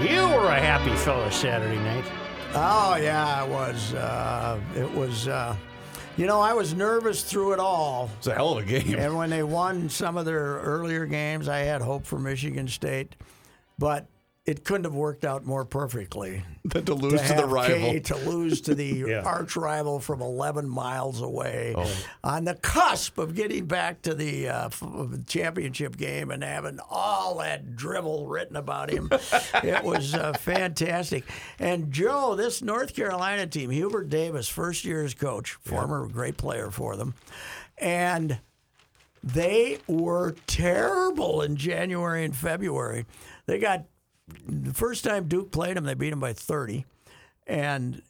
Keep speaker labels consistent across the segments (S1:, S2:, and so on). S1: You were a happy fellow Saturday night.
S2: Oh yeah, it was. Uh, it was. Uh, you know, I was nervous through it all.
S3: It's a hell of a game.
S2: And when they won some of their earlier games, I had hope for Michigan State, but it couldn't have worked out more perfectly.
S3: Then to lose to, the
S2: have
S3: rival.
S2: K to lose to the
S1: Yeah.
S2: arch rival from 11 miles away,
S3: Oh.
S2: on the cusp of getting back to the uh, f- championship game and having all that drivel written about him. it was uh, fantastic. And Joe, this North Carolina team, Hubert Davis, first year as coach, former great player for them, and they were terrible in January and February. They got the first time Duke played them, they beat them by 30. And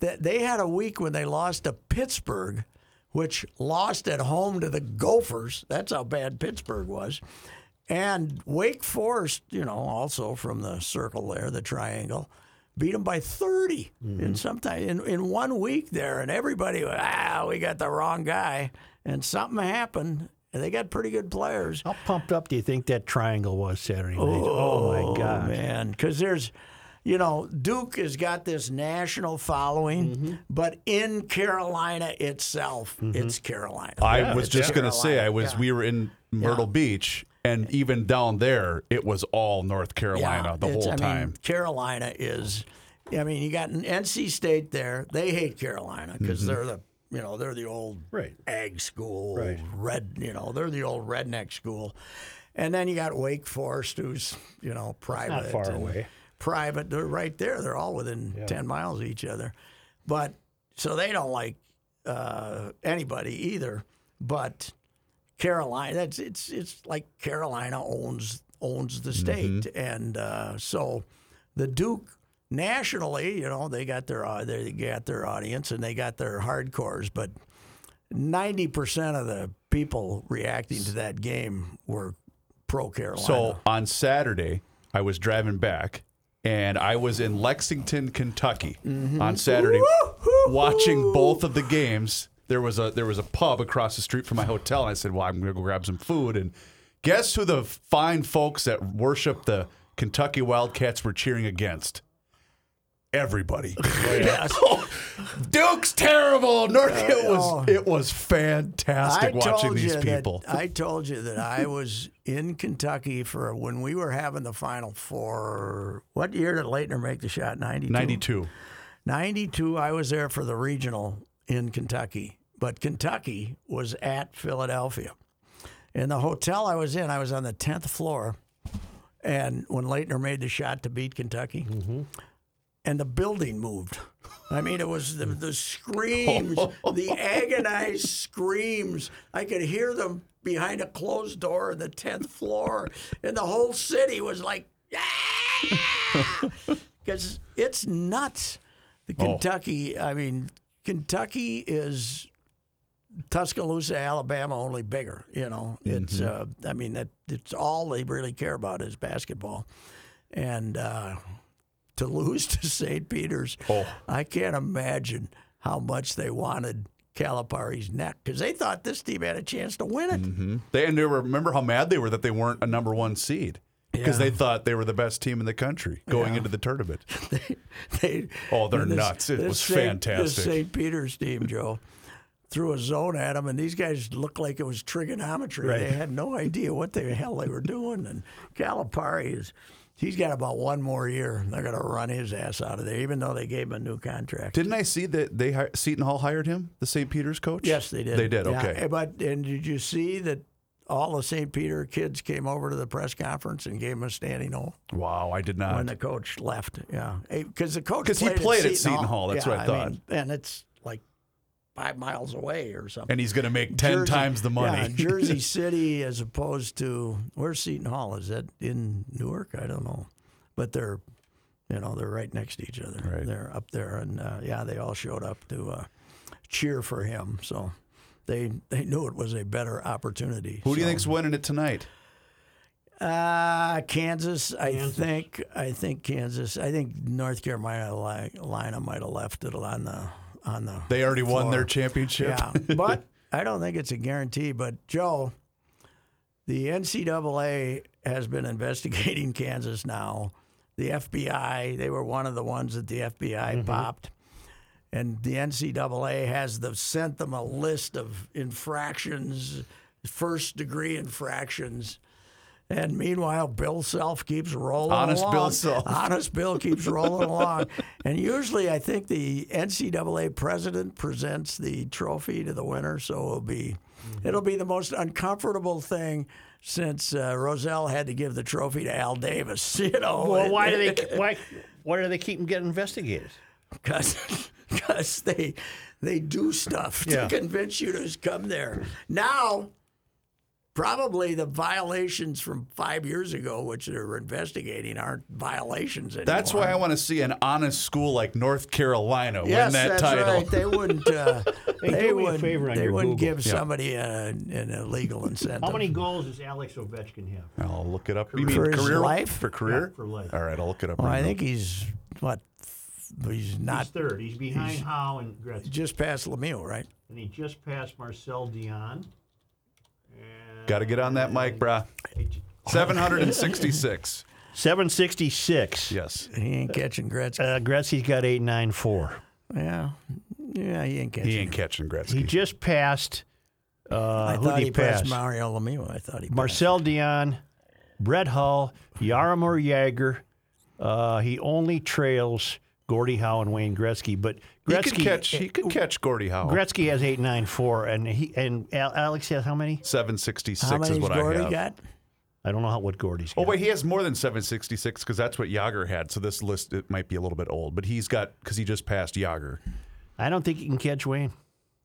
S2: th- they had a week when they lost to Pittsburgh, which lost at home to the Gophers. That's how bad Pittsburgh was. And Wake Forest, you know, also from the circle there, the triangle, beat them by 30 in sometime in, in one week there. And everybody went, ah, we got the wrong guy. And something happened. And they got pretty good players.
S1: How pumped up do you think that triangle was Saturday night? Oh, my
S2: Oh,
S1: God.
S2: man, because there's, you know, Duke has got this national following,
S3: Mm-hmm.
S2: but in Carolina itself, it's Carolina.
S3: I was just going to say,
S2: Carolina,
S3: I was.
S2: yeah.
S3: We were in Myrtle Beach, and even down there, it was all North Carolina the
S2: it's-
S3: whole
S2: I mean,
S3: time.
S2: Carolina is, I mean, you got an NC State there. They hate Carolina because
S3: Mm-hmm.
S2: they're the, you know, they're the old
S1: Right.
S2: ag school,
S1: Right.
S2: red, you know, they're the old redneck school. And then you got Wake Forest, who's, you know, private.
S1: far
S2: and
S1: away.
S2: Private. They're right there. They're all within 10 miles of each other. But so they don't like uh, anybody either. But Carolina. That's it's it's like Carolina owns owns the state, and uh, so the Duke nationally, you know, they got their au- they got their audience and they got their hardcores, but ninety percent of the people reacting to that game were pro Carolina.
S3: So on Saturday, I was driving back, and I was in Lexington, Kentucky,
S2: Mm-hmm.
S3: on Saturday, watching both of the games. There was a there was a pub across the street from my hotel, and I said, "Well, I'm going to go grab some food." And guess who the fine folks that worship the Kentucky Wildcats were cheering against? Everybody.
S2: Yes.
S3: Duke's terrible. North. It was it was
S2: Oh. I
S3: fantastic watching
S2: told
S3: these
S2: you
S3: people.
S2: That, I told you that I was in Kentucky for when we were having the Final Four. What year did Leitner make the shot? 92?
S3: Ninety two.
S2: 92 i was there for the regional in kentucky but kentucky was at philadelphia and the hotel i was in i was on the 10th floor and when leitner made the shot to beat kentucky and the building moved i mean it was the, the screams the agonized screams i could hear them behind a closed door on the 10th floor and the whole city was like because it's nuts. The Kentucky, I mean, Kentucky is Tuscaloosa, Alabama, only bigger. You know, it's uh, I mean that it's all they really care about is basketball, and uh, to lose to St. Peter's, I can't imagine how much they wanted Calipari's neck because they thought this team had a chance to win it.
S3: They and they were, remember how mad they were that they weren't a number one seed. because
S2: Yeah.
S3: they thought they were the best team in the country going into the tournament.
S2: They-
S3: Oh, they're
S2: this-
S3: nuts. It
S2: this
S3: was
S2: Saint-
S3: fantastic.
S2: This St. Peter's team, Joe, threw a zone at them, and these guys looked like it was trigonometry. They had no idea what the hell they were doing. And Calipari is. He's got about one more year. and They're going to run his ass out of there, even though they gave him a new contract.
S3: Didn't I see that they hi- Seton Hall hired him, the St. Peter's coach?
S2: Yes, they did.
S3: They did.
S2: Yeah,
S3: Okay.
S2: eh, But and did you see that all the St. Peter kids came over to the press conference and gave him a standing ovation
S3: Wow, I did not.
S2: when the coach left? Yeah, because the coach
S3: 'Cause he played at Seton Hall, that's
S2: Yeah,
S3: what I
S2: mean, and it's like five miles away or something.
S3: and he's going to make ten
S2: Jersey-
S3: times the
S2: Yeah,
S3: money.
S2: Jersey City, as opposed to where's Seton Hall? Is that in Newark? I don't know, but they're, you know, they're right next to each other.
S3: Right.
S2: They're up there, and uh, yeah, they all showed up to uh, cheer for him. So they they knew it was a better opportunity.
S3: Who do you
S2: So,
S3: think's winning it tonight?
S2: Uh, Kansas, I think. I think Kansas. I think North Carolina li- Carolina might have left it on the on the.
S3: They already won their
S2: Florida.
S3: championship.
S2: Yeah, but I don't think it's a guarantee. But Joe, the NCAA has been investigating Kansas now. The FBI, they were one of the ones that the FBI
S3: Mm-hmm.
S2: popped. And the NCAA has the, sent them a list of infractions, first degree infractions. And meanwhile, Bill Self keeps rolling
S3: Honest
S2: along.
S3: Bill Self.
S2: Honest Bill keeps rolling along. And usually, I think the NCAA president presents the trophy to the winner, so it'll be
S4: Mm-hmm.
S2: it'll be the most uncomfortable thing since uh, Roselle had to give the trophy to Al Davis. You know,
S4: Well, why do they why why do they keep them getting investigated?
S2: Because they they do stuff
S4: Yeah.
S2: to convince you to come there. Now, probably the violations from five years ago, which they're investigating, aren't violations anymore.
S3: That's why I want to see an honest school like North Carolina
S2: Yes,
S3: win that
S2: that's
S3: title.
S2: right. They wouldn't. Uh,
S4: Hey,
S2: they
S4: do me a
S2: wouldn't.
S4: favor on
S2: they
S4: your
S2: wouldn't
S4: Google.
S2: give somebody a, an illegal incentive.
S4: How many goals does Alex Ovechkin have?
S3: I'll look it up. You mean
S2: For his
S3: career
S2: life?
S3: for career
S4: Yeah, for life.
S3: All right, I'll look it up.
S2: Well,
S3: right
S2: I
S3: now.
S2: think he's what? He's not
S4: He's third. He's behind Howe and Gretzky,
S2: just past Lemieux, right?
S4: and he just passed Marcel Dion.
S3: Got to get on that mic, brah. 766.
S4: Seven sixty six.
S3: yes.
S2: He ain't catching Gretzky.
S4: Uh, Gretzky's got eight nine four.
S2: Yeah, yeah, he ain't catching.
S3: He ain't catching Gretzky.
S4: He just passed. Uh,
S2: I
S4: who
S2: thought
S4: did
S2: he,
S4: he
S2: passed
S4: pass?
S2: Mario Lemieux. I thought he passed.
S4: Marcel Dion, Brett Hull, Yaramir Yager. Uh, he only trails Gordie Howe and Wayne Gretzky, but
S3: He
S4: Gretzky
S3: could catch.
S2: eh,
S3: He could catch Gordie Howe.
S4: Gretzky has eight nine four, and he and Al- Alex has how many?
S3: 766
S2: How many
S3: is what
S2: Gordy
S3: I have.
S2: got?
S4: I don't know how what Gordy's.
S3: Oh
S4: got.
S3: wait, he has more than 766 because that's what Yager had. So this list it might be a little bit old, but he's got because he just passed Yager.
S4: I don't think he can catch Wayne.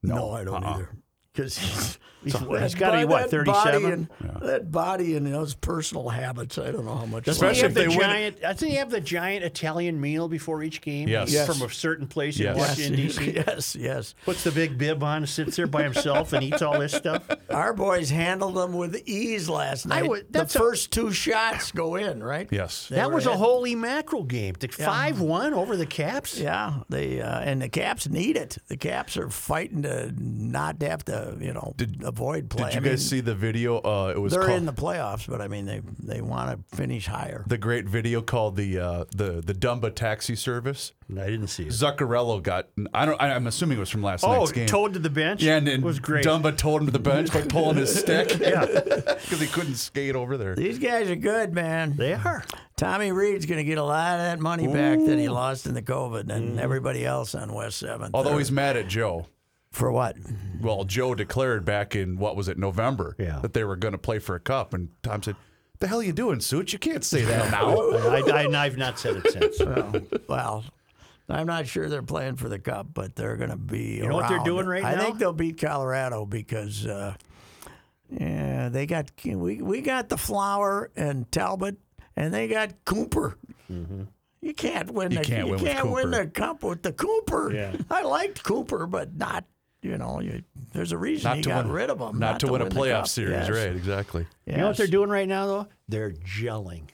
S2: No, I don't
S3: Uh-uh.
S2: either. Because he's,
S4: He's, he's got to be what thirty seven.
S2: That body and those personal habits. I don't know how much.
S3: Especially
S4: he have
S3: if
S4: the
S3: they win-
S4: giant? Doesn't he have the giant Italian meal before each game?
S3: Yes.
S4: He's
S3: Yes.
S4: from a certain place
S3: Yes.
S4: in Washington
S2: yes,
S4: D.C.
S2: yes, yes.
S4: Puts the big bib on, sits there by himself, and eats all this stuff.
S2: Our boys handled them with ease last
S4: I
S2: night.
S4: would-
S2: the
S4: that's a-
S2: first two shots go in, right?
S3: Yes.
S2: They
S4: That
S2: were
S4: was a
S2: hit.
S4: holy mackerel game. The five one over the Caps.
S2: Yeah, they uh, and the Caps need it. The Caps are fighting to not have to, you know, avoid play.
S3: Did
S2: I
S3: you guys
S2: mean,
S3: see the video? Uh, it was
S2: they're
S3: called,
S2: in the playoffs, but I mean, they they want to finish higher.
S3: the great video called the uh, the the Dumba taxi service.
S4: I didn't see it.
S3: Zuccarello got. I don't. I, I'm assuming it was from last
S4: Oh,
S3: night's game.
S4: towed to the bench.
S3: yeah, and,
S4: it
S3: and
S4: was great.
S3: Dumba told him to the bench by pulling his stick. yeah, because he couldn't skate over there.
S2: These guys are good, man.
S4: They are.
S2: Tommy Reed's going to get a lot of that money back that he lost in the COVID
S4: Mm-hmm.
S2: and everybody else on West 7th.
S3: Although
S2: They're-
S3: he's mad at Joe.
S2: For what?
S3: Well, Joe declared back in what was it, November,
S4: Yeah.
S3: that they were going to play for a cup, and Tom said, "The hell you doing, Suits? You can't say that now."
S4: I, I, and I've not said it since. You
S2: Well, I'm not sure they're playing for the Cup, but they're going to be. You
S4: know what they're doing right
S2: I
S4: now?
S2: think they'll beat Colorado because. Uh, yeah, they got we we got the Flower and Talbot, and they got Cooper. You can't win.
S3: Mm-hmm. You
S2: the,
S3: can't
S2: you
S3: win with
S2: can't win
S3: Cooper.
S2: the cup with the Cooper.
S4: Yeah.
S2: I liked Cooper, but not. You know, you, there's a reason
S3: Not
S2: he
S3: to
S2: got
S3: win-
S2: rid of him.
S3: Not, to, win a
S2: the
S3: playoff
S2: cup.
S3: series,
S2: Yes,
S3: right? Exactly.
S4: know what
S2: yes.
S4: they're doing right now, though? They're gelling.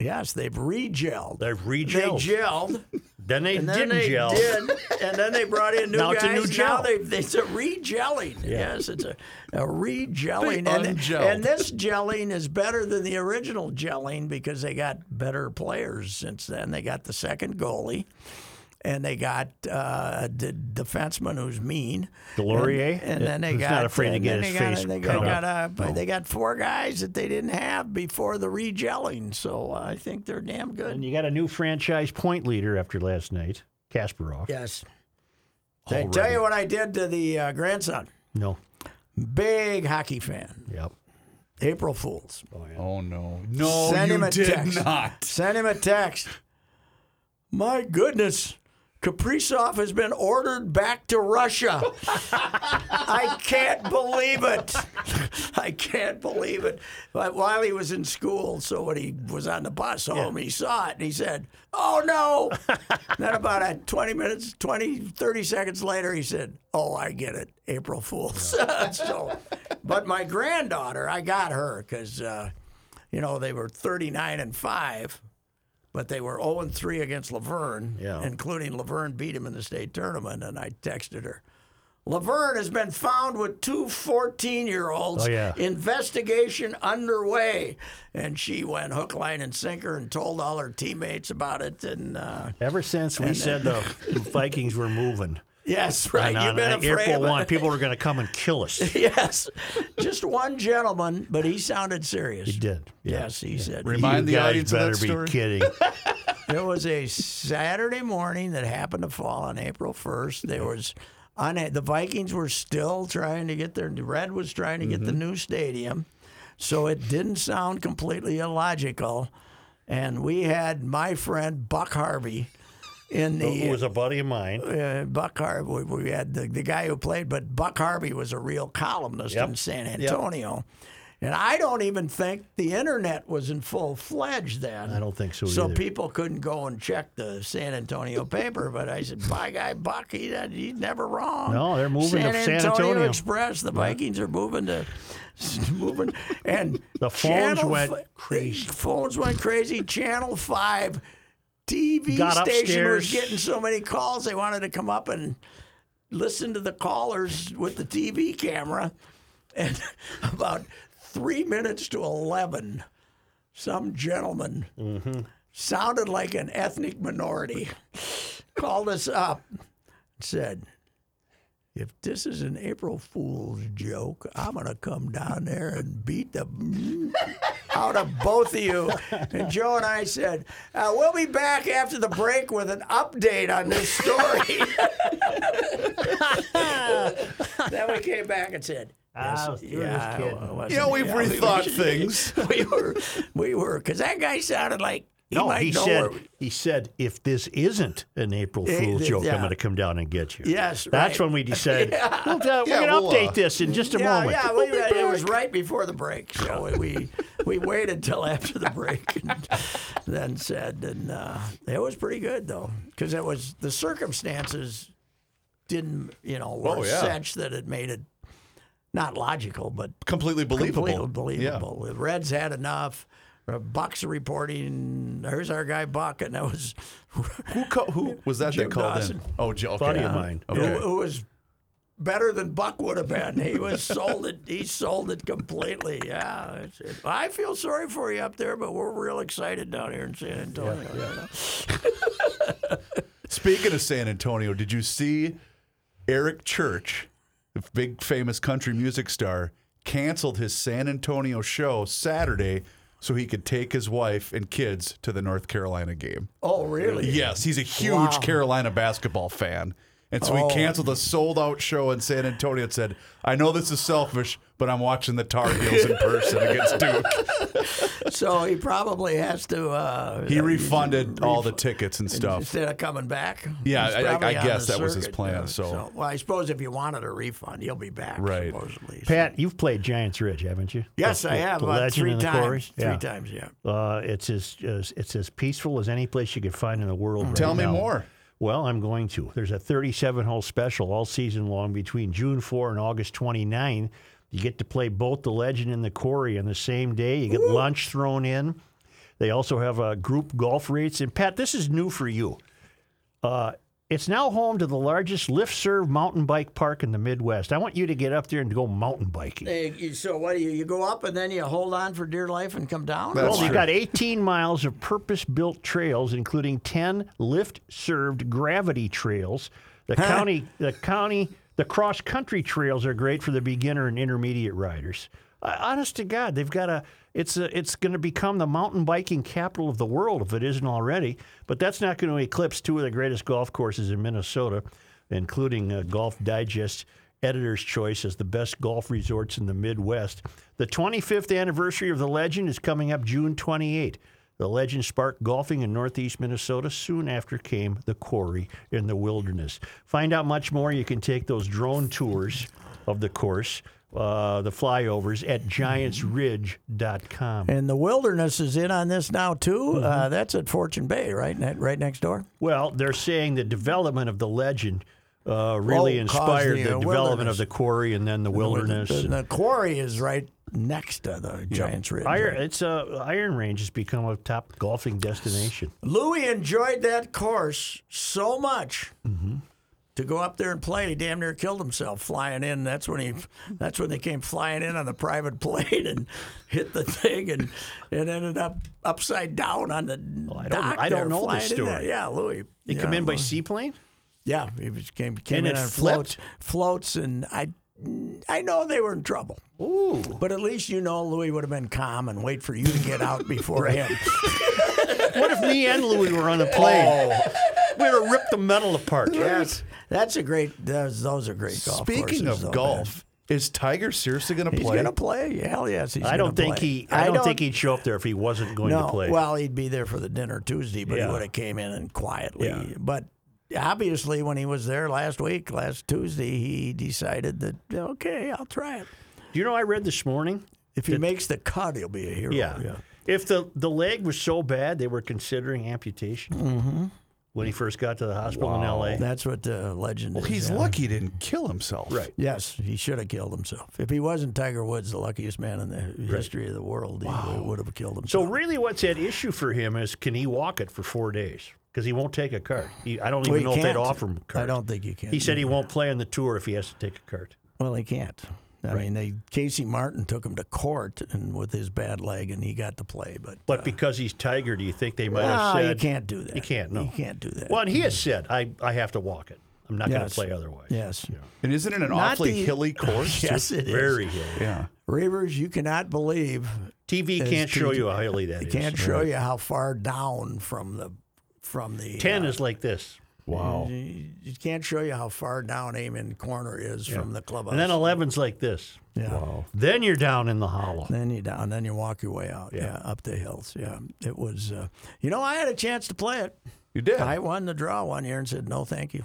S2: Yes, they've regelled.
S4: They've
S2: They
S4: regelled.
S2: gelled,
S4: then they
S2: and then
S4: didn't
S2: they
S4: gel.
S2: did, and then they brought in new
S4: Now
S2: guys.
S4: it's a new gel.
S2: Now they, it's a regelling. Yes, it's a, a regelling.
S3: They
S2: And,
S3: ungelled.
S2: and this gelling is better than the original gelling because they got better players since then. They got the second goalie, and they got uh, a d- defenseman who's mean.
S4: Delorier?
S2: And then they
S4: Who's
S2: got
S4: not afraid to
S2: and
S4: get
S2: then
S4: his
S2: they got-
S4: face
S2: they
S4: cut Oh.
S2: got, got, uh, they got four guys that they didn't have before the regelling, so uh, I think they're damn
S4: And
S2: good.
S4: you got a new franchise point leader after last night, Kasparov.
S2: Yes. I tell you what I did to the uh, grandson.
S4: No.
S2: Big hockey fan.
S4: Yep.
S2: April Fools.
S3: Oh no, no,
S2: Send
S3: you
S2: him a
S3: did
S2: text.
S3: not.
S2: Send him a text. My goodness, Kaprizov has been ordered back to Russia. I can't believe it. I can't believe it. But while he was in school, so when he was on the bus home, he saw it and he said, Oh no. then about uh, 20 minutes, 20, 30 seconds later, he said, Oh, I get it. April Fools. so, but my granddaughter, I got her because. Uh, you know, they were 39 and 5, but they were 0 and 3 against Laverne,
S4: Yeah.
S2: including Laverne beat him in the state tournament. And I texted her. Laverne has been found with two 14 year olds.
S4: Oh, yeah.
S2: Investigation underway. And she went hook, line, and sinker and told all her teammates about it. And uh,
S4: Ever since we said the Vikings were moving
S2: yes, right.
S4: and
S2: You've
S4: on
S2: been
S4: uh,
S2: afraid
S4: April
S2: of it.
S4: 1, people are going to come and kill us. He
S2: Yes. Just one gentleman, but he sounded serious. He
S4: did. Yeah.
S2: Yes, he said.
S3: Remind
S4: you
S3: the
S4: guys
S3: audience of
S4: better
S3: that story.
S4: be kidding.
S2: There was a Saturday morning that happened to fall on April 1st. There was on the Vikings were still trying to get their Red was trying to get the new stadium. So it didn't sound completely illogical. And we had my friend Buck Harvey in the
S4: Oh, Who was a buddy of mine.
S2: uh, Buck Harvey. We, we had the, the guy who played, but Buck Harvey was a real columnist
S4: Yep.
S2: in San Antonio. And I don't even think the internet was in full fledged then.
S4: I don't think so
S2: So
S4: either.
S2: people couldn't go and check the San Antonio paper, but I said, "My guy Buck, he, he's never wrong."
S4: No, they're moving
S2: San
S4: to San
S2: Antonio,
S4: Antonio.
S2: Express. The Vikings are moving to moving, and
S4: The phones
S2: Channel
S4: went
S2: fi-
S4: crazy.
S2: Phones went crazy. Channel Five TV
S4: Got
S2: station was
S4: upstairs.
S2: getting so many calls, they wanted to come up and listen to the callers with the TV camera. And about three minutes to 11, some gentleman
S4: Mm-hmm.
S2: sounded like an ethnic minority called us up and said, if this is an April Fool's joke, I'm going to come down there and beat the out of both of you. And Joe and I said, uh, We'll be back after the break with an update on this story. then we came back and said,
S4: I was doing this
S2: yeah,
S4: kid.
S2: well, it wasn't-
S3: You know, we've
S2: yeah, we
S3: rethought
S2: were-
S3: things.
S2: We were, we were, because that guy sounded like he
S4: No,
S2: might
S4: he
S2: know
S4: said.
S2: where-
S4: He said, if this isn't an April
S2: Eh,
S4: Fool's
S2: th-
S4: joke,
S2: yeah.
S4: I'm going to come down and get you.
S2: Yes,
S4: that's
S2: right.
S4: when we decided we'll, uh,
S3: Yeah,
S4: we're going to
S3: we'll, uh,
S4: update this in just a
S2: yeah,
S4: moment.
S2: yeah,
S4: We'll
S2: we-
S4: be
S2: it was
S4: back.
S2: right before the break, so we we waited till after the break, and then said, and uh, it was pretty good though, because it was the circumstances didn't, you know, were
S3: Oh, yeah.
S2: such that it made it not logical, but
S3: Completely believable.
S2: completely believable. The Reds had enough. Uh, Buck's reporting. Here's our guy Buck, and that was
S3: Yeah. Who co- who was that
S2: Jim
S3: that called
S2: Dawson.
S3: in? Oh, Joe. Okay.
S4: Buddy of mine.
S3: Okay.
S2: who, who was better than Buck would have been. He was sold it. He sold it completely. Yeah, it's- it- I feel sorry for you up there, but we're real excited down here in San Antonio. you know?
S3: Speaking of San Antonio, did you see Eric Church, the big famous country music star, canceled his San Antonio show Saturday so he could take his wife and kids to the North Carolina game?
S2: Oh, really?
S3: Yes, he's a huge Carolina basketball fan. And so he canceled a sold out show in San Antonio and said, I know this is selfish, but I'm watching the Tar Heels in person against Duke.
S2: So he probably has to. Uh,
S3: He refunded all the tickets and stuff.
S2: Instead of coming back,
S3: Yeah,
S2: he's
S3: I- I-
S2: probably
S3: I
S2: on
S3: guess
S2: the
S3: that was his
S2: circuit,
S3: plan,
S2: uh,
S3: so-
S2: well, I suppose if you wanted a refund, he'll be back.
S3: Right.
S2: Supposedly.
S4: Pat, you've played Giants Ridge, haven't you?
S2: Yes,
S4: The-
S2: I
S4: the-
S2: have
S4: the
S2: uh,
S4: legend
S2: three
S4: and the quarry?
S2: times.
S4: Yeah.
S2: Three times. Yeah.
S4: Uh, it's as, as it's as peaceful as any place you could find in the world.
S2: Mm.
S4: right
S3: Tell me
S4: now.
S3: more.
S4: Well, I'm going to. There's a 37 hole special all season long between June 4 and August 29. You get to play both the Legend and the Quarry on the same day. You get lunch thrown in. They also have uh, group golf rates. And Pat, this is new for you. Uh, it's now home to the largest lift serve mountain bike park in the Midwest. I want you to get up there and go mountain biking.
S2: Hey, you- so what do you? You go up and then you hold on for dear life and come down.
S3: That's
S4: Well,
S3: true.
S4: we've got 18 miles of purpose built trails, including 10 lift served gravity trails. The county, the county, the cross country trails are great for the beginner and intermediate riders. Uh, honest to God, they've got a. It's a, it's going to become the mountain biking capital of the world if it isn't already. But that's not going to eclipse two of the greatest golf courses in Minnesota, including uh, Golf Digest Editor's Choice as the best golf resorts in the Midwest. The 25th anniversary of the legend is coming up June 28. The legend sparked golfing in northeast Minnesota. Soon after came the quarry in the wilderness. Find out much more. You can take those drone tours of the course, uh, the flyovers, at giantsridge.com.
S2: And the wilderness is in on this now too.
S4: Mm-hmm.
S2: Uh, that's at Fortune Bay, right? Ne- right next door.
S4: Well, they're saying the development of the legend uh, really
S2: Oh, caused
S4: inspired
S2: the,
S4: the,
S2: uh,
S4: development
S2: wilderness.
S4: of the quarry and then the wilderness.
S2: The, the quarry is right next to the Giants Ridge.
S4: Iron, it's uh, Iron Range has become a top golfing destination.
S2: Louis enjoyed that course so much
S4: Mm-hmm.
S2: to go up there and play. He damn near killed himself flying in. That's when he. That's when they came flying in on the private plane and hit the thing and and ended up upside down on the
S4: I don't-
S2: dock.
S4: I don't
S2: there,
S4: know
S2: flying
S4: this
S2: in there.
S4: story.
S2: Yeah, Louis.
S4: They
S2: yeah,
S4: come in by
S2: Louis.
S4: seaplane?
S2: Yeah, he was, came came
S4: And
S2: in
S4: it
S2: on
S4: flipped?
S2: floats, floats, and I I know they were in trouble.
S4: Ooh.
S2: But at least you know Louis would have been calm and wait for you to get out before him.
S4: What if me and Louie were on a plane? We'd have ripped the metal apart.
S3: Yes.
S2: That's a great. Those, those are great golf.
S3: Speaking
S2: courses,
S3: of
S2: though, man.
S3: golf, is Tiger seriously going to
S2: he's
S3: play?
S2: gonna play. Hell yes, he's.
S4: I don't
S2: gonna
S4: think
S2: play.
S4: he. I, don't, think he'd show up there if he wasn't going
S2: No,
S4: to play.
S2: well, he'd be there for the dinner Tuesday, but
S4: Yeah.
S2: he would have came in and quietly.
S4: Yeah.
S2: But obviously, when he was there last week, last Tuesday, he decided that okay, I'll try it.
S4: Do you know I read this morning?
S2: If he makes the cut, he'll be a hero.
S4: Yeah. If the the leg was so bad, they were considering amputation
S2: Mm-hmm.
S4: when he first got to the hospital in L.A.
S2: That's what the legend is.
S3: He's
S2: yeah.
S3: lucky he didn't kill himself. Right.
S2: Yes, he should have killed himself. If he wasn't Tiger Woods, the luckiest man in the history of the world, he would have killed
S4: So
S2: himself.
S4: really, what's at issue for him is can he walk it for four days? Because he won't take a cart. He, I don't even
S2: Well, he
S4: know if they'd
S2: can't.
S4: offer him a cart.
S2: I don't think you can.
S4: He said he won't play on the tour if he has to take a cart.
S2: Well, he can't. I mean, they Casey Martin took him to court and with his bad leg, and he got to play. But
S4: But because he's Tiger, do you think they might have
S2: Ah,
S4: said
S2: Uh. you can't do that.
S4: You can't, no.
S2: You can't do that.
S4: Well, and he has said, I, I have to walk it. I'm not going
S2: Yes.
S4: to play otherwise.
S2: Yes.
S3: And isn't it an
S2: Not
S3: awfully
S2: the-
S3: hilly course?
S2: Yes, it is.
S4: Very hilly.
S3: Yeah.
S2: Reavers, you cannot believe
S4: TV
S2: There's
S4: can't show
S2: TV.
S4: you how hilly that
S2: they
S4: is.
S2: can't show you how far down from the from the
S4: Ten
S2: uh,
S4: is like this,
S3: Wow.
S2: You can't show you how far down Amen Corner is from the clubhouse.
S4: and then eleven's like this.
S2: yeah.
S4: Then you're down in the hollow.
S2: Then you down, then you walk your way out. Yeah, up the hills. Yeah, it was. Uh, you know, I had a chance to play it.
S3: You did.
S2: I won the draw one year and said no, thank you.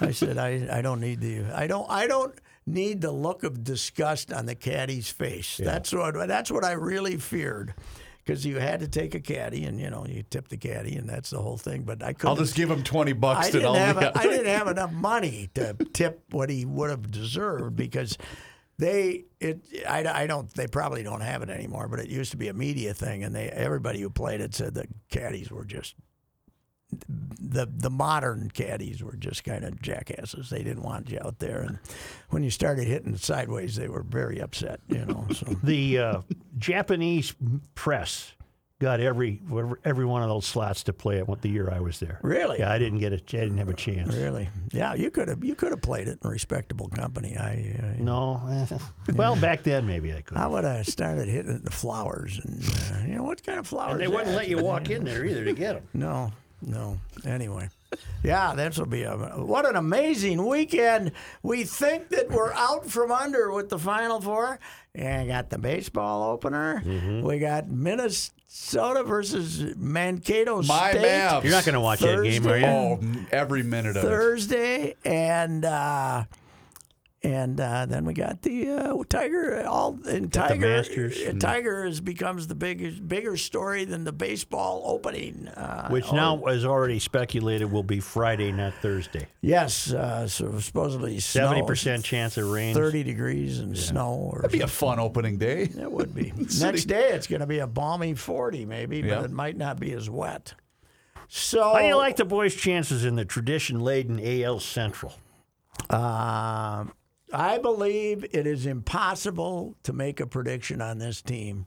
S2: I said I, I don't need the I don't I don't need the look of disgust on the caddy's face. That's what that's what I really feared. Because you had to take a caddy, and you know you tip the caddy, and that's the whole thing. But I couldn't.
S3: I'll just give him 20 bucks
S2: I
S3: to
S2: didn't, have,
S3: I'll
S2: I didn't have enough money to tip what he would have deserved because they it I, I don't they probably don't have it anymore but it used to be a media thing and they everybody who played it said the caddies were just the the modern caddies were just kind of jackasses they didn't want you out there and when you started hitting sideways they were very upset you know so
S4: The uh, Japanese press got every every one of those slots to play it. What the year I was there?
S2: Really?
S4: Yeah, I didn't get a. I didn't have a chance.
S2: really yeah you could have you could have played it in a respectable company I, I
S4: No. well, back then maybe I could.
S2: I would have started hitting the flowers, and uh, you know what kind of flowers?
S4: And they
S2: is
S4: wouldn't
S2: that?
S4: let you walk in there either to get them.
S2: No, no. Anyway, yeah, this will be a what an amazing weekend. We think that we're out from under with the Final Four, and got the baseball opener.
S4: Mm-hmm.
S2: We got Minnesota versus Mankato
S3: My
S2: State.
S3: Mavs.
S4: You're not going to watch that game, are
S2: Thursday.
S4: you?
S3: Oh, every minute of it.
S2: Thursday, and uh, And uh, then we got the uh, Tiger. All and Tiger.
S4: Masters.
S2: uh, Tiger has becomes the biggest, bigger story than the baseball opening. Uh,
S4: Which now is already speculated will be Friday, not Thursday.
S2: yes, uh, so supposedly snow,
S4: Seventy percent chance of rain.
S2: thirty degrees and snow. Or
S3: That'd be a fun opening day.
S2: It would be. Next day, it's going to be a balmy 40, maybe, but
S3: Yeah.
S2: it might not be as wet. So,
S4: How do you like the boys' chances in the tradition-laden AL Central?
S2: uh, I believe it is impossible to make a prediction on this team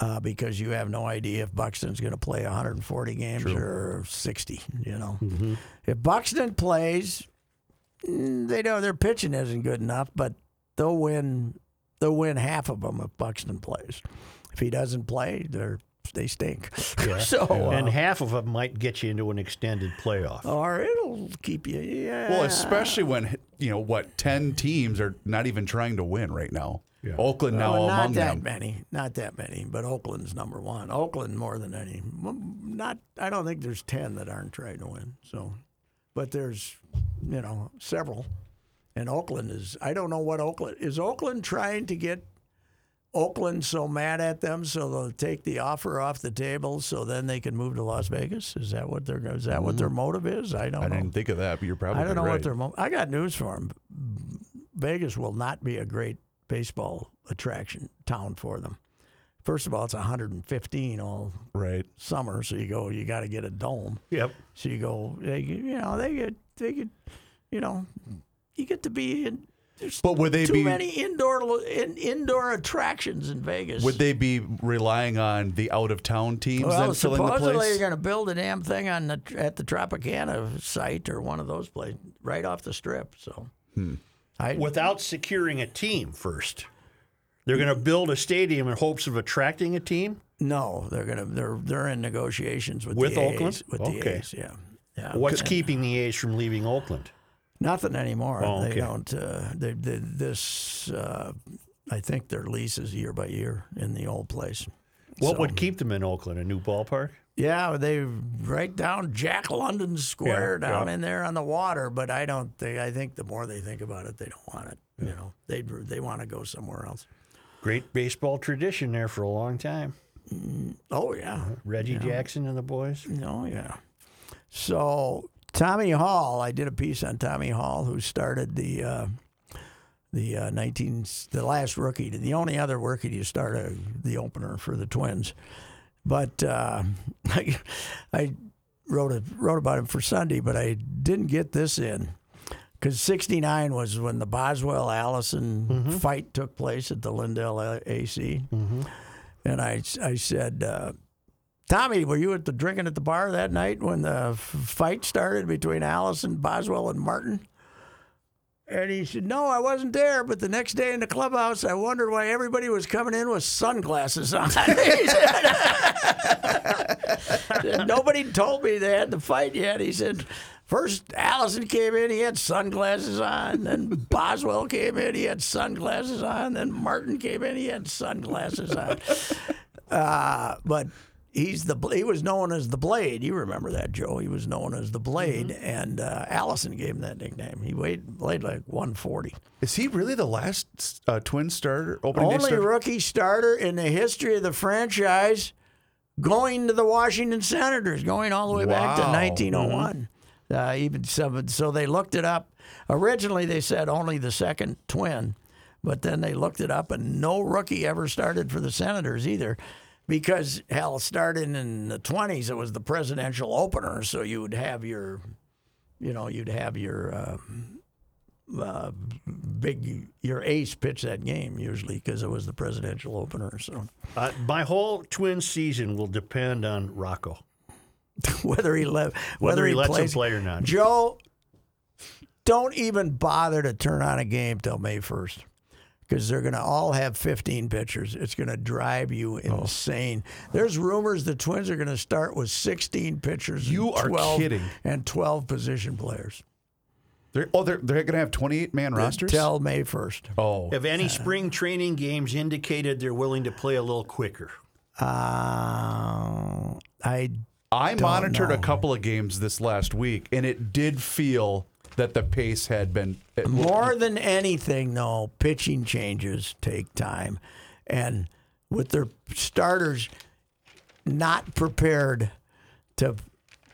S2: uh, because you have no idea if Buxton's going to play 140 games or 60. You know, if Buxton plays, mm, they know their pitching isn't good enough, but they'll win. They'll win half of them if Buxton plays. If he doesn't play, they're they stink. so.
S4: and
S2: uh,
S4: half of them might get you into an extended playoff.
S2: or it'll keep you. Yeah.
S3: Well, especially when you know what ten teams are not even trying to win right now. Oakland now
S2: Well,
S3: among
S2: oh, not that
S3: them.
S2: many, not that many, but Oakland's number one. Oakland more than any. M- Not, I don't think there's ten that aren't trying to win. So, but there's, you know, several, and Oakland is. I don't know what Oakland is. Oakland trying to get Oakland so mad at them so they'll take the offer off the table so then they can move to Las Vegas. Is that what their is that what their motive is? I don't.
S3: Mm. I
S2: know.
S3: didn't think of that, but you're probably
S2: I don't know
S3: right.
S2: what their. Mo- I got news for them. Vegas will not be a great baseball attraction town for them. First of all, it's 115 all
S3: right.
S2: summer, so you go. You got to get a dome.
S4: Yep.
S2: So you go. They, get- you know, they get. They get. You know, you get to be in. There's
S3: But would they
S2: too
S3: be
S2: many indoor lo- in, indoor attractions in Vegas.
S3: would they be relying on the out of town teams
S2: Well,
S3: then filling the
S2: supposedly
S3: place?
S2: you're going to build a damn thing on the at the Tropicana site or one of those places right off the strip. So,
S3: Hmm.
S2: I,
S4: Without securing a team first, they're going to build a stadium in hopes of attracting a team.
S2: no, they're going to they're they're in negotiations with
S4: With
S2: the A's,
S4: Oakland?
S2: with
S4: Okay.
S2: the A's. Yeah, yeah.
S4: What's keeping the A's from leaving Oakland?
S2: Nothing anymore.
S4: Oh, okay.
S2: They don't. Uh, they, they this. Uh, I think their lease is year by year in the old place.
S4: What would keep them in Oakland? A new ballpark?
S2: Yeah, they right down Jack London Square
S4: Yeah,
S2: down
S4: yeah.
S2: in there on the water. But I don't think. I think the more they think about it, they don't want it. You know, they they want to go somewhere else.
S4: Great baseball tradition there for a long time.
S2: Oh yeah,
S4: Reggie Jackson and the boys.
S2: Oh yeah. So Tommy Hall, I did a piece on Tommy Hall, who started the uh, the uh, nineteen the last rookie, the only other rookie to start a, the opener for the Twins. But uh, I, I wrote a, wrote about him for Sunday, but I didn't get this in. Because 69 was when the Boswell Allison fight took place at the Lindell A- AC. And I, I said, uh, Tommy, were you at the drinking at the bar that night when the f- fight started between Allison Boswell and Martin? And he said, No, I wasn't there. But the next day in the clubhouse, I wondered why everybody was coming in with sunglasses on. He said, Nobody told me they had the fight yet. He said, First, Allison came in, he had sunglasses on. Then Boswell came in, he had sunglasses on. Then Martin came in, he had sunglasses on. Uh, but he's the he was known as the Blade. You remember that, Joe? He was known as the Blade, and uh, Allison gave him that nickname. He weighed played like 140.
S3: Is he really the last uh, twin starter opening day
S2: Only
S3: starter?
S2: rookie starter in the history of the franchise, going to the Washington Senators, going all the way back to
S3: Wow.
S2: 1901. Uh, even seven, so they looked it up. Originally, they said only the second twin, but then they looked it up, and no rookie ever started for the Senators either, because hell, starting in the 20s, it was the presidential opener, so you would have your, you know, you'd have your. Uh, big your ace pitch that game usually because it was the presidential opener. So
S4: Uh, my whole twin season will depend on Rocco.
S2: whether he left,
S4: Whether
S2: whether,
S4: he lets him
S2: plays,
S4: play or not.
S2: Joe, don't even bother to turn on a game till May first. Because they're going to all have 15 pitchers. It's going to drive you
S4: Oh.
S2: insane. There's rumors the Twins are going to start with 16 pitchers.
S3: You
S2: and
S3: are
S2: 12
S3: kidding.
S2: And 12 position players
S3: They're, oh, they're, they're going to have 28 man rosters?
S2: until May 1st.
S3: oh,
S4: Have any spring training games indicated they're willing to play a little quicker?
S2: Uh, I
S3: I monitored
S2: know.
S3: a couple of games this last week, and it did feel that the pace had been. it-
S2: More than anything, though, pitching changes take time. And with their starters not prepared to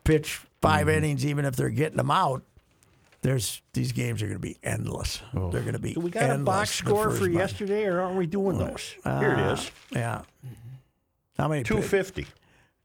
S2: pitch 5
S3: Mm-hmm.
S2: innings, even if they're getting them out, there's these games are going to be endless.
S3: Oh.
S2: They're going to be
S4: Do we got a
S2: endless
S4: box
S2: the
S4: score
S2: first Ah,
S4: for
S2: month.
S4: yesterday, or aren't we doing those? Here it is.
S2: Yeah. How many?
S4: Two fifty.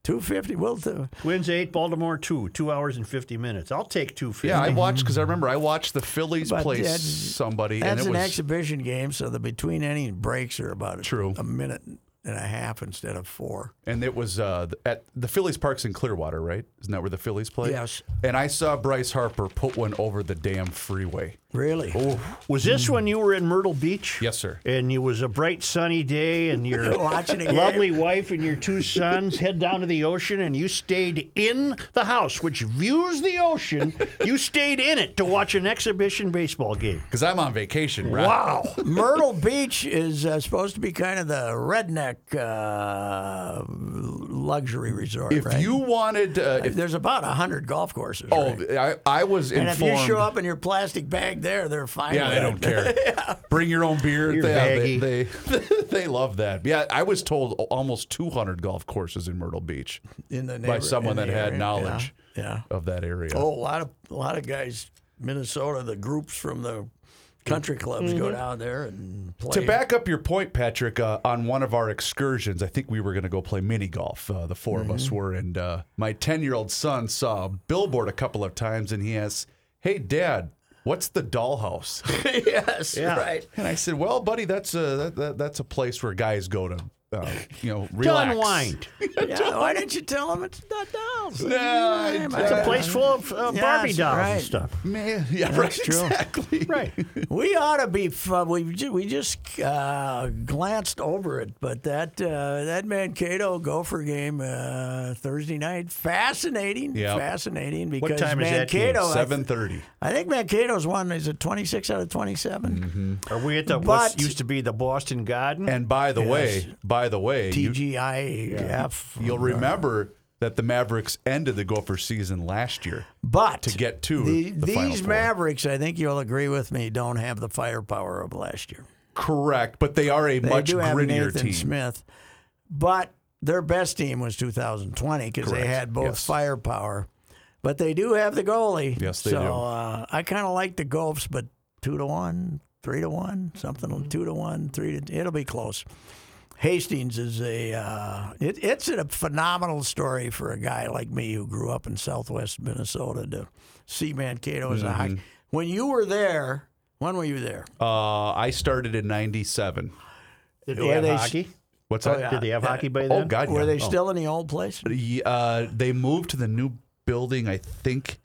S2: 250. Well, th-
S4: Twins eight, Baltimore two. Two hours and fifty minutes. I'll take two fifty.
S3: yeah, I watched because I remember I watched the Phillies
S2: But
S3: play
S2: that's-
S3: somebody, and
S2: that's
S3: it
S2: an
S3: was
S2: exhibition game, so the between inning breaks are about
S3: True.
S2: a minute and a half instead of four.
S3: and it was uh, th- at the Phillies Park's in Clearwater, right? Isn't that where the Phillies play?
S2: Yes.
S3: And I saw Bryce Harper put one over the damn freeway.
S2: Really?
S3: Oh.
S4: Was this when you were in Myrtle Beach?
S3: Yes, sir.
S4: And it was a bright sunny day, and your
S2: Watching a game.
S4: lovely wife and your two sons head down to the ocean, and you stayed in the house, which views the ocean. You stayed in it to watch an exhibition baseball game.
S3: Because I'm on vacation, right?
S4: Wow.
S2: Myrtle Beach is uh, supposed to be kind of the redneck uh, luxury resort,
S3: If
S2: right?
S3: you wanted, uh, if,
S2: There's about a hundred golf courses.
S3: oh,
S2: right?
S3: I, I was
S2: and
S3: informed.
S2: if you show up in your plastic bag there, they're fine.
S3: Yeah,
S2: with
S3: they
S2: it.
S3: don't care. Bring your own beer.
S4: You're
S3: yeah,
S4: baggy.
S3: they, they, they love that. Yeah, I was told al- almost 200 golf courses in Myrtle Beach
S2: in the
S3: by
S2: neighbor-
S3: someone
S2: in
S3: that
S2: the
S3: had
S2: area.
S3: knowledge
S2: Yeah. yeah.
S3: of that area.
S2: Oh, a lot of a lot of guys, Minnesota, the groups from the country clubs go down there and play.
S3: Mm-hmm. To back up your point, Patrick, uh, on one of our excursions, I think we were going to go play mini golf. Uh, the 4 of us
S2: Mm-hmm.
S3: were, and uh, my ten-year-old son saw a billboard a couple of times, and he asked, "Hey, Dad, what's the dollhouse?"
S2: yes,
S4: Yeah.
S2: right.
S3: and I said, "Well, buddy, that's a that, that, that's a place where guys go to, uh, you know, relax,
S4: unwind.
S2: Yeah, why didn't you tell them it's not dolls?
S3: No, I-
S2: It's
S3: I-
S2: a
S4: Place full of uh,
S2: Yes,
S4: Barbie dolls
S2: right.
S4: and stuff.
S3: Man, yeah, right,
S2: That's true.
S3: exactly.
S4: Right.
S2: We ought to be. Fun. We ju- we just uh, glanced over it, but that uh, that Mankato Gopher game uh, Thursday night, fascinating,
S3: Yep.
S2: fascinating because
S4: time is that game?
S2: Mankato. I-
S3: Seven thirty.
S2: I, think Mankato's one is it twenty six out of twenty
S3: Mm-hmm.
S2: seven.
S4: Are we at the
S2: But-
S4: what used to be the Boston Garden?
S3: And by the way, by the way, you,
S2: TGIF.
S3: you'll remember that the Mavericks ended the Gopher season last year.
S2: but to
S3: get to the
S2: these
S3: Final Four.
S2: Mavericks, I think you'll agree with me, don't have the firepower of last year.
S3: Correct, but they are a
S2: They
S3: much
S2: do have
S3: grittier
S2: Nathan
S3: team.
S2: Smith, but their best team was 2020 because they
S3: Correct,
S2: had both
S3: yes.
S2: firepower. But they do have the goalie.
S3: Yes, they
S2: so,
S3: do.
S2: uh, I kind of like the Gophers, but two to one, three to one, something like two to one, three to. It'll be close. Hastings is a uh, it, it's a phenomenal story for a guy like me who grew up in Southwest Minnesota to see Mankato as a
S3: Mm-hmm.
S2: hockey. When you were there, when were you there?
S3: Uh, I started in '97.
S4: Did
S2: Were
S4: they have
S2: they-
S4: hockey?
S3: What's that?
S4: Did they have hockey by then?
S3: Oh God,
S2: Were
S3: yeah.
S2: they still in the old place?
S3: Yeah, uh, they moved to the new building, I think,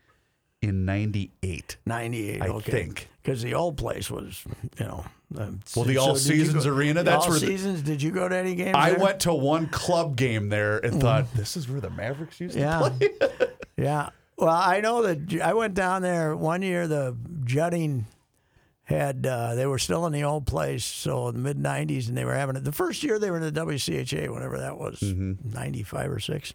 S3: in '98.
S2: 98,
S3: I
S2: okay.
S3: think.
S2: Because the old place was, you know. um,
S3: Well, the
S2: so
S3: All
S2: did you
S3: Seasons
S2: go-
S3: Arena,
S2: the
S3: that's
S2: all
S3: where the-
S2: Seasons. Did you go to any games?
S3: I
S2: there? Mm.
S3: went to one club game there and thought, "This is where the Mavericks used
S2: Yeah.
S3: to play."
S2: Yeah. Well, I know that J- I went down there one year. The jutting had uh, they were still in the old place, so in the mid '90s, and they were having it. The first year they were in the WCHA, whenever that was,
S3: Mm-hmm.
S2: '95 or six.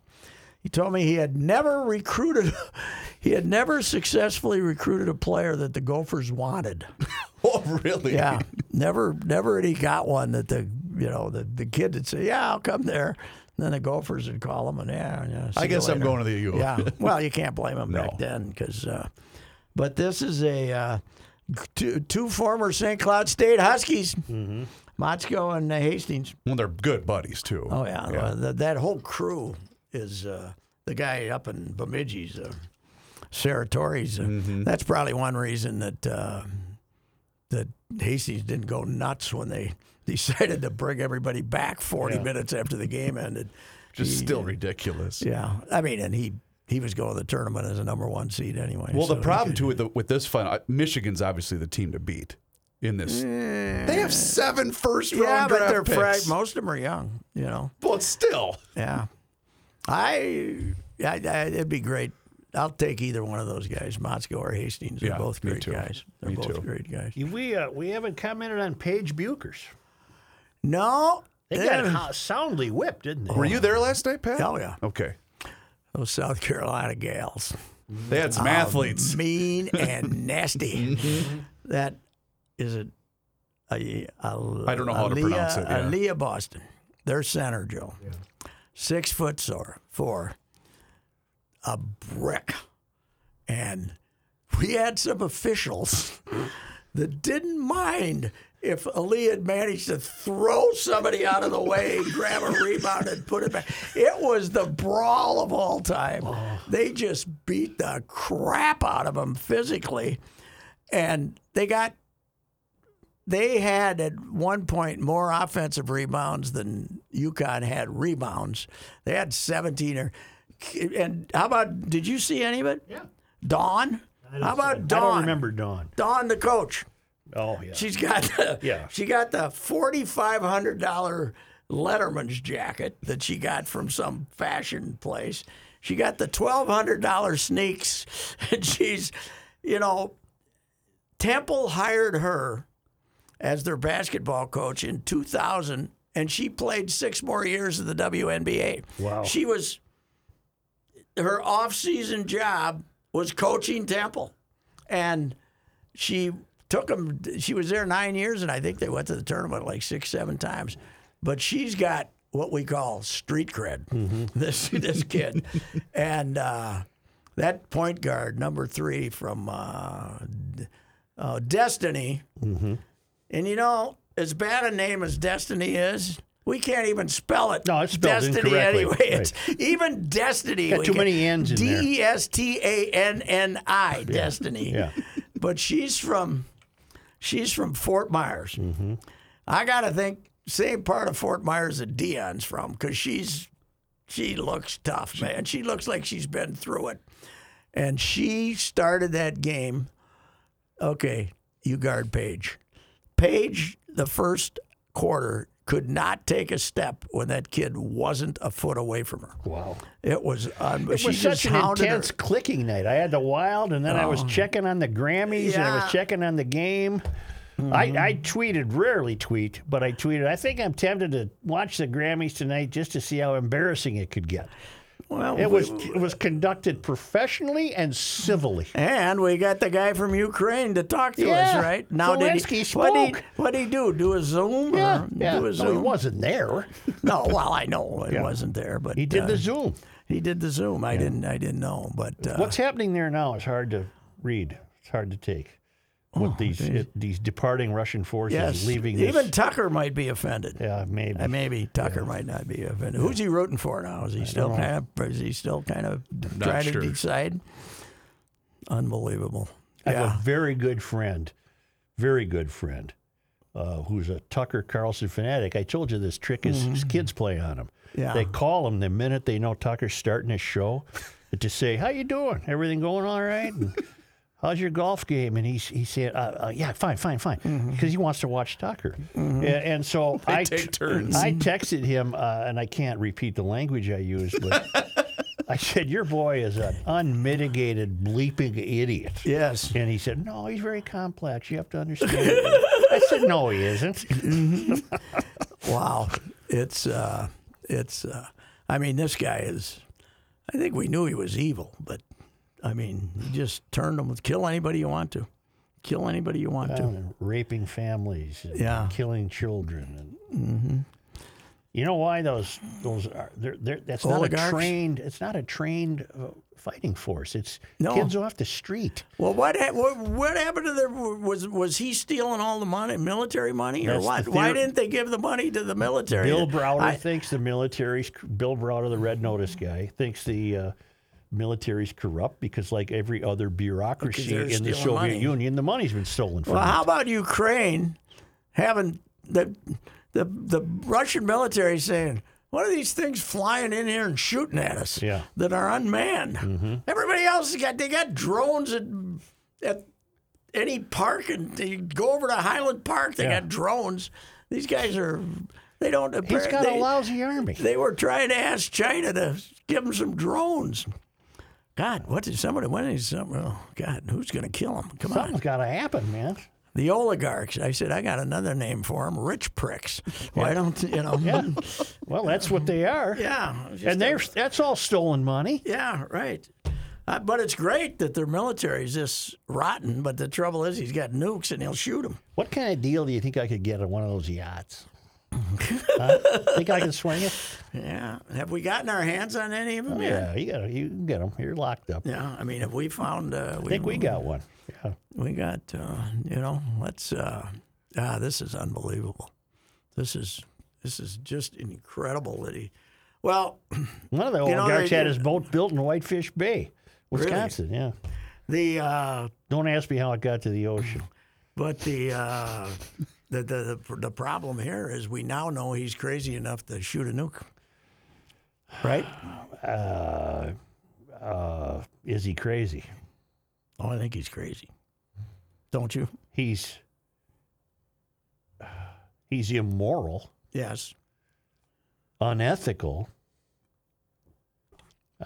S2: He told me he had never recruited, he had never successfully recruited a player that the Gophers wanted.
S3: oh, really?
S2: Yeah, never, never any got one that the you know the, the kid would say, yeah, I'll come there. And then the Gophers would call him and yeah. yeah see
S3: I
S2: you
S3: guess I'm
S2: later."
S3: going to the U.
S2: Yeah, well, you can't blame him
S3: No.
S2: back then because. Uh, but this is a uh, two, two former St. Cloud State Huskies,
S3: Mm-hmm.
S2: Motzko and uh, Hastings.
S3: Well, they're good buddies too.
S2: Oh yeah, well, th- that whole crew is uh, the guy up in Bemidji's, uh, Saratoris. Uh,
S3: Mm-hmm.
S2: That's probably one reason that uh, that Hastings didn't go nuts when they decided to bring everybody back 40 minutes after the game ended.
S3: Just still ridiculous.
S2: Yeah, I mean, and he he was going to the tournament as a number one seed anyway.
S3: Well,
S2: so
S3: the
S2: he
S3: problem
S2: could-
S3: too with the, with this final, Michigan's obviously the team to beat in this. They have seven first round
S2: yeah, but
S3: draft
S2: they're frag-
S3: picks.
S2: most of them are young. You know,
S3: but still,
S2: yeah. I, I, I it'd be great. I'll take either one of those guys, Motzko or Hastings. They're
S3: Yeah,
S2: both
S3: me
S2: great
S3: too.
S2: guys. They're
S3: Me
S2: both
S3: too.
S2: great guys.
S4: We uh, we haven't commented on Paige Buchers.
S2: No,
S4: They got ho- soundly whipped, didn't they?
S3: were you there last night, Pat?
S2: Oh, yeah.
S3: Okay.
S2: those South Carolina gals.
S3: They had
S2: Oh,
S3: some athletes.
S2: mean and nasty.
S3: Mm-hmm.
S2: That is it. I
S3: I don't know how to pronounce it, yeah.
S2: Aaliyah Boston, their center, Joe, six foot sore, four, a brick, and we had some officials that didn't mind if Aaliyah had managed to throw somebody out of the way, grab a rebound, and put it back. It was the brawl of all time. They just beat the crap out of them physically, and they got. They had at one point more offensive rebounds than UConn had rebounds. They had 17 or, and how about? Did you see any of it? Yeah. Dawn. How about Dawn?
S4: I don't remember Dawn.
S2: Dawn, the coach.
S4: Oh yeah.
S2: She's got the
S4: Yeah.
S2: she got the forty five hundred dollar Letterman's jacket that she got from some fashion place. She got the twelve hundred dollar sneaks, and she's, you know, Temple hired her as their basketball coach in two thousand, and she played six more years of the WNBA. Wow, she was her off season job was coaching Temple, and she took them. She was there nine years, and I think they went to the tournament like six, seven times. But she's got what we call street cred.
S4: Mm-hmm.
S2: This this kid, and uh, that point guard number three from uh, D- uh, Destiny.
S4: Mm-hmm.
S2: And you know, as bad a name as Destiny is. We can't even spell it.
S4: No, it's spelled
S2: Destiny
S4: incorrectly.
S2: anyway. It's, even Destiny.
S4: Got
S2: we
S4: too
S2: can-
S4: many N's in there.
S2: D E S T A N N I, Destiny.
S4: Yeah.
S2: But she's from she's from Fort Myers.
S4: Mm-hmm.
S2: I gotta think same part of Fort Myers that Dion's from because she's she looks tough, man. She looks like she's been through it. And she started that game. Okay, you guard Page. Page, the first quarter, could not take a step when that kid wasn't a foot away from her.
S4: Wow.
S2: It was um,
S4: It
S2: she
S4: was
S2: just
S4: such an
S2: hounded her.
S4: intense clicking night. I had the Wild, and then I was checking on the Grammys, and I
S2: Yeah.
S4: was checking on the game. I, I tweeted, rarely tweet, but I tweeted, I think I'm tempted to watch the Grammys tonight just to see how embarrassing it could get.
S2: Well,
S4: It
S2: we-
S4: was it was conducted professionally and civilly.
S2: and we got the guy from Ukraine to talk to
S4: Yeah,
S2: us, right? did he,
S4: Zelensky
S2: what did he
S4: spoke.
S2: what did he do? Do a Zoom? or
S4: Yeah, yeah.
S2: Do a
S4: No,
S2: Zoom?
S4: he wasn't there.
S2: No, well, I know it wasn't there, but
S4: He did
S2: uh,
S4: the Zoom.
S2: he did the Zoom. I didn't I didn't know, but uh,
S4: What's happening there now is hard to read. It's hard to take. With these it, these departing Russian forces
S2: Oh, yes,
S4: leaving this,
S2: even Tucker might be offended.
S4: yeah maybe
S2: Uh, Maybe Tucker might not be offended. Who's he rooting for now? Is he still kind of is he still kind of trying
S3: sure.
S2: to decide? Unbelievable.
S4: I have a very good friend, very good friend, uh, who's a Tucker Carlson fanatic. I told you this trick is
S3: Mm-hmm.
S4: his kids play on him.
S2: Yeah.
S4: They call him the minute they know Tucker's starting his show to say, "How you doing? Everything going all right?" And, How's your golf game? And he he said, uh, uh, "Yeah, fine, fine, fine," because he wants to watch Tucker. A- And, so I
S3: Mm-hmm. take turns.
S4: I texted him, uh, and I can't repeat the language I used, but I said, "Your boy is an unmitigated bleeping idiot."
S2: Yes.
S4: And he said, "No, he's very complex. You have to understand." I said, "No, he isn't."
S2: Wow, it's uh, it's. Uh, I mean, this guy is. I think we knew he was evil, but I mean, he just turned him with kill anybody you want to, kill anybody you want to.
S4: And raping families, and
S2: Yeah. Mm-hmm.
S4: killing children, and you know why those those are they're, they're, that's not a
S2: Oligarchs?
S4: trained. It's not a trained uh, fighting force. It's
S2: No.
S4: kids off the street.
S2: Well, what ha- what, what happened to the was was he stealing all the money, military money, or
S4: That's
S2: what?
S4: the
S2: Why
S4: theory.
S2: didn't they give the money to the military?
S4: Bill Browder
S2: I-
S4: thinks the military's Bill Browder, the Red Notice guy, thinks the uh, military's corrupt because, like every other bureaucracy
S2: they're
S4: in the
S2: stealing
S4: Soviet
S2: money.
S4: Union, the money's been stolen from.
S2: Well,
S4: them.
S2: how about Ukraine having the the the Russian military saying, "What are these things flying in here and shooting at us
S4: Yeah. Mm-hmm.
S2: that are unmanned?" Everybody else has got they got drones at at any park, and they go over to Highland Park. They
S4: Yeah.
S2: got drones. These guys are they don't.
S4: He's
S2: appar-
S4: got
S2: they,
S4: a lousy army.
S2: they were trying to ask China to give them some drones. God, what did somebody? When is something? Oh, God, who's going to kill them? Come on.
S4: Something's got to happen, man.
S2: The oligarchs. I said, I got another name for them, rich pricks. Why don't you know? Yeah,
S4: Well, that's what they are,
S2: yeah, just-
S4: and they're that's all stolen money.
S2: yeah, right. Uh, but it's great that their military's this rotten. But the trouble is, he's got nukes and he'll shoot them.
S4: What kind of deal do you think I could get on one of those yachts? huh? Think I can swing it?
S2: Yeah. Have we gotten our hands on any of them
S4: Yeah,
S2: yet?
S4: you got you can get them. You're locked up.
S2: Yeah. I mean, have we found? Uh,
S4: I think we got one. Yeah.
S2: we got uh, you know let's uh, ah this is unbelievable this is this is just incredible that he well
S4: One of the
S2: know,
S4: oligarchs
S2: they-
S4: had his boat built in Whitefish Bay, Wisconsin. Yeah.
S2: the uh,
S4: Don't ask me how it got to the ocean.
S2: but the uh, the, the the the problem here is we now know he's crazy enough to shoot a nuke right
S4: Uh, uh, is he crazy?
S2: oh I think he's crazy don't you
S4: He's uh, he's immoral,
S2: yes
S4: unethical.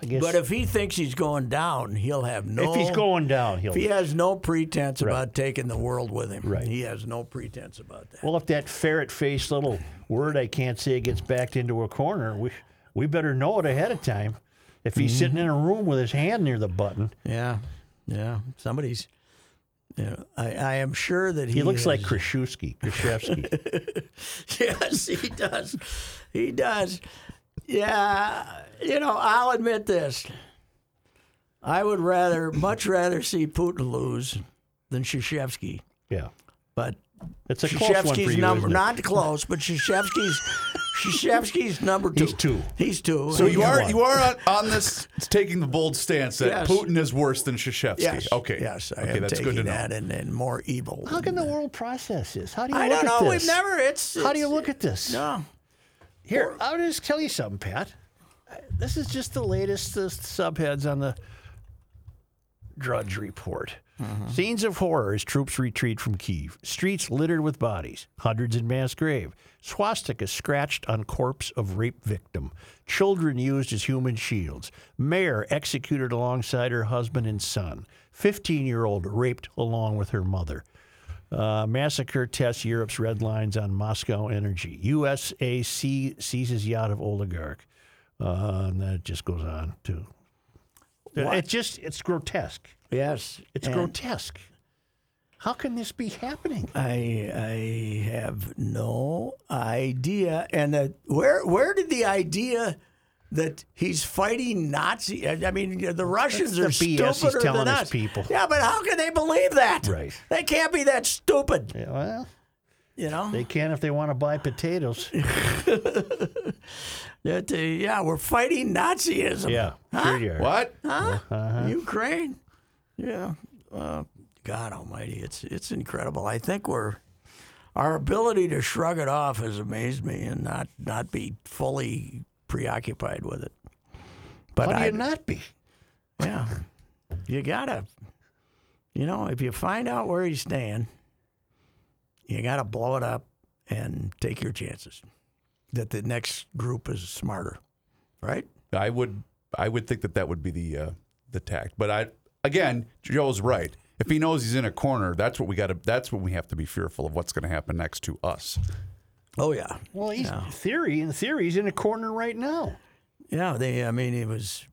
S4: I guess.
S2: but if he thinks he's going down he'll have no
S4: if he's going down, he'll.
S2: if he has no pretense about taking the world with him
S4: Right.
S2: he has no pretense about that
S4: Well, if that ferret-faced little word I can't say gets backed into a corner, we we better know it ahead of time. If he's sitting in a
S2: Mm-hmm.
S4: room with his hand near the button,
S2: Yeah, yeah. Somebody's. Yeah, I, I am sure that he,
S4: he looks like
S2: is-
S4: Kraszewski. Kraszewski.
S2: Yes, he does. He does. Yeah, you know, I'll admit this. I would rather, much rather, see Putin lose than Shashevsky.
S4: yeah,
S2: But
S4: it's a close one for you.
S2: Shashevsky's number
S4: isn't it?
S2: not close, but Shashevsky's Shashevsky's number two.
S4: He's two.
S2: He's two.
S3: So
S2: And
S3: you
S2: he-
S3: are you are on, on this taking the bold stance
S2: Yes.
S3: that Putin is worse than Shashevsky.
S2: Yes.
S3: Okay.
S2: Yes. I
S3: okay,
S2: am
S3: that's
S2: taking
S3: good to know.
S2: that and, and more evil.
S4: How can the world process this? How do you
S2: I
S4: look
S2: don't
S4: at
S2: know.
S4: this?
S2: We've never. It's,
S4: How do you
S2: it's-
S4: look at this?
S2: No.
S4: Here, I'll just tell you something, Pat. This is just the latest uh, subheads on the Drudge Report. Scenes of horror as troops retreat from Kiev. Streets littered with bodies. Hundreds in mass grave. Swastika scratched on corpse of rape victim. Children used as human shields. Mayor executed alongside her husband and son. 15 year old raped along with her mother. Uh, massacre tests Europe's red lines on Moscow energy. USA sea- seizes yacht of oligarch. Uh, and that just goes on too. It just it's grotesque.
S2: Yes,
S4: It's grotesque. How can this be happening?
S2: I I have no idea. And that where where did the idea that he's fighting Nazi? I I mean, the Russians
S4: the
S2: are
S4: BS he's
S2: stupider
S4: telling
S2: than
S4: his
S2: us.
S4: people.
S2: Yeah, but how can they believe that?
S4: Right.
S2: They can't be that stupid.
S4: Yeah, well,
S2: You know.
S4: they can if they want to buy potatoes.
S2: That, uh, yeah, we're fighting Nazism.
S4: Yeah, sure you are.
S3: What?
S2: Huh? Uh-huh. Ukraine. Yeah. Uh, God Almighty, it's it's incredible. I think we're our ability to shrug it off has amazed me and not not be fully preoccupied with it. But
S4: How do
S2: I,
S4: you not be?
S2: yeah, you gotta, you know, if you find out where he's staying, you gotta blow it up and take your chances that the next group is smarter, right?
S3: I would I would think that that would be the uh, the tact. But I again, Joe's right. If he knows he's in a corner, that's what we got to. That's what we have to be fearful of. What's going to happen next to us?
S2: Oh yeah,
S4: Well, he's theory in theory. He's in a corner right now.
S2: Yeah, they. I mean, it was.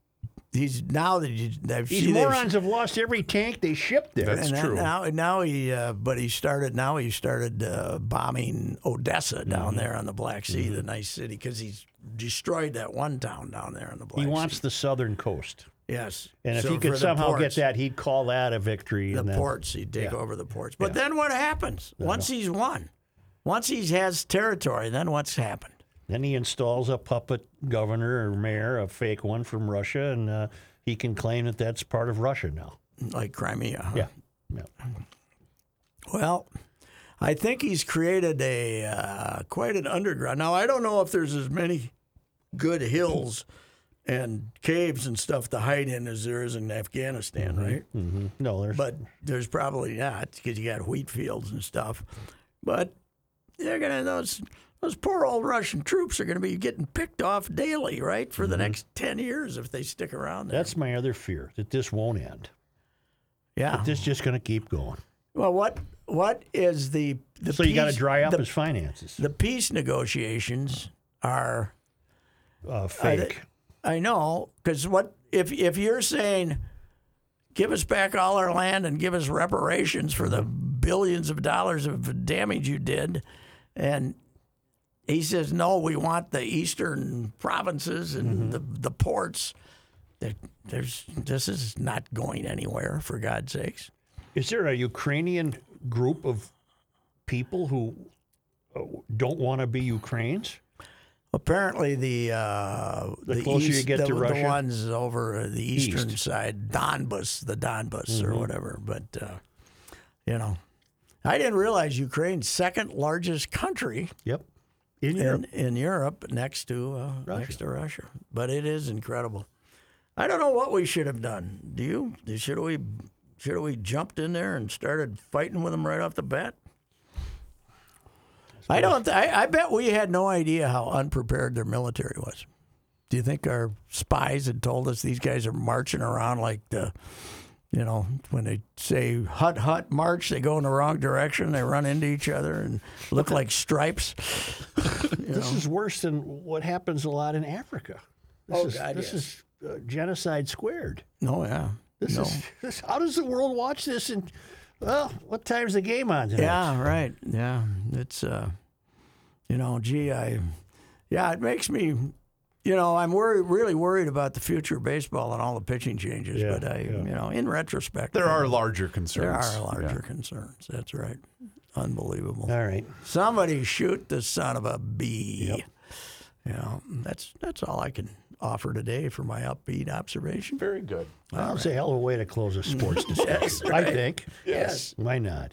S2: He's now that you. I've
S4: These
S2: seen- they've-
S4: morons have lost every tank they shipped there.
S3: That's
S2: and that-
S3: true.
S2: Now, now he. Uh, but he started. Now he started uh, bombing Odessa down
S4: Mm-hmm.
S2: there on the Black Sea, the nice city, because he's destroyed that one town down there on the Black
S4: he
S2: Sea.
S4: wants the southern coast.
S2: Yes.
S4: And if
S2: So
S4: he
S2: for
S4: could
S2: the
S4: somehow
S2: ports-
S4: get that, he'd call that a victory.
S2: the
S4: and then,
S2: ports, he'd take over the ports. But then what happens once he's won? Once he has territory, then what's happened?
S4: then he installs a puppet governor or mayor, a fake one from Russia, and uh, he can claim that that's part of Russia now.
S2: Like Crimea. huh?
S4: Yeah. yeah.
S2: Well, I think he's created a uh, quite an underground. Now I don't know if there's as many good hills and caves and stuff to hide in as there is in Afghanistan, right?
S4: hmm No, there's
S2: But there's probably not because you got wheat fields and stuff. But they're gonna those those poor old Russian troops are gonna be getting picked off daily, right, for the next ten years if they stick around. There.
S4: Mm-hmm. that's my other fear that this won't end.
S2: yeah.
S4: This is just going to keep going.
S2: Well, what what is the the
S4: so you got to
S2: peace-
S4: dry up
S2: the
S4: his finances.
S2: the peace negotiations are
S4: uh, fake.
S2: I know because what if if you're saying give us back all our land and give us reparations for the billions of dollars of damage you did. And he says, no, we want the eastern provinces and the, the ports. There- There's, this is not going anywhere, for God's sakes.
S4: Is there a Ukrainian group of people who uh, don't want to be Ukrainians?
S2: Apparently, the uh,
S4: The closer you get
S2: the,
S4: to Russia?
S2: the ones over the eastern side, Donbas, the Donbas or
S4: Mm-hmm.
S2: whatever. But uh, you know, I didn't realize Ukraine's second largest country
S4: Yep. In Europe.
S2: in, in Europe, next to uh, next to Russia. But it is incredible. I don't know what we should have done. Do you? Should we? Should we jumped in there and started fighting with them right off the bat? I don't. th- I, I bet we had no idea how unprepared their military was. Do you think our spies had told us these guys are marching around like the, you know, when they say hut hut march, they go in the wrong direction, they run into each other and look like stripes.
S4: This is worse than what happens a lot in Africa. This
S2: Oh,
S4: is,
S2: God,
S4: This
S2: yes.
S4: is uh, genocide squared.
S2: No, Oh, yeah.
S4: This
S2: no.
S4: is this, how does the world watch this? And well, what time's the game on tonight?
S2: Yeah, right. Yeah, it's uh, you know, gee, I, yeah, it makes me, you know, I'm worried, really worried about the future of baseball and all the pitching changes.
S4: Yeah,
S2: but I,
S4: yeah.
S2: you know, in retrospect,
S3: There are larger
S2: there
S3: concerns.
S2: are larger concerns. That's right. Unbelievable.
S4: All right.
S2: Somebody shoot the son of a bee. You know, that's that's all I can offer today for my upbeat observation.
S3: Very good.
S4: Well, it's a hell of a way to close a sports discussion. I think.
S2: Yes.
S4: Why not?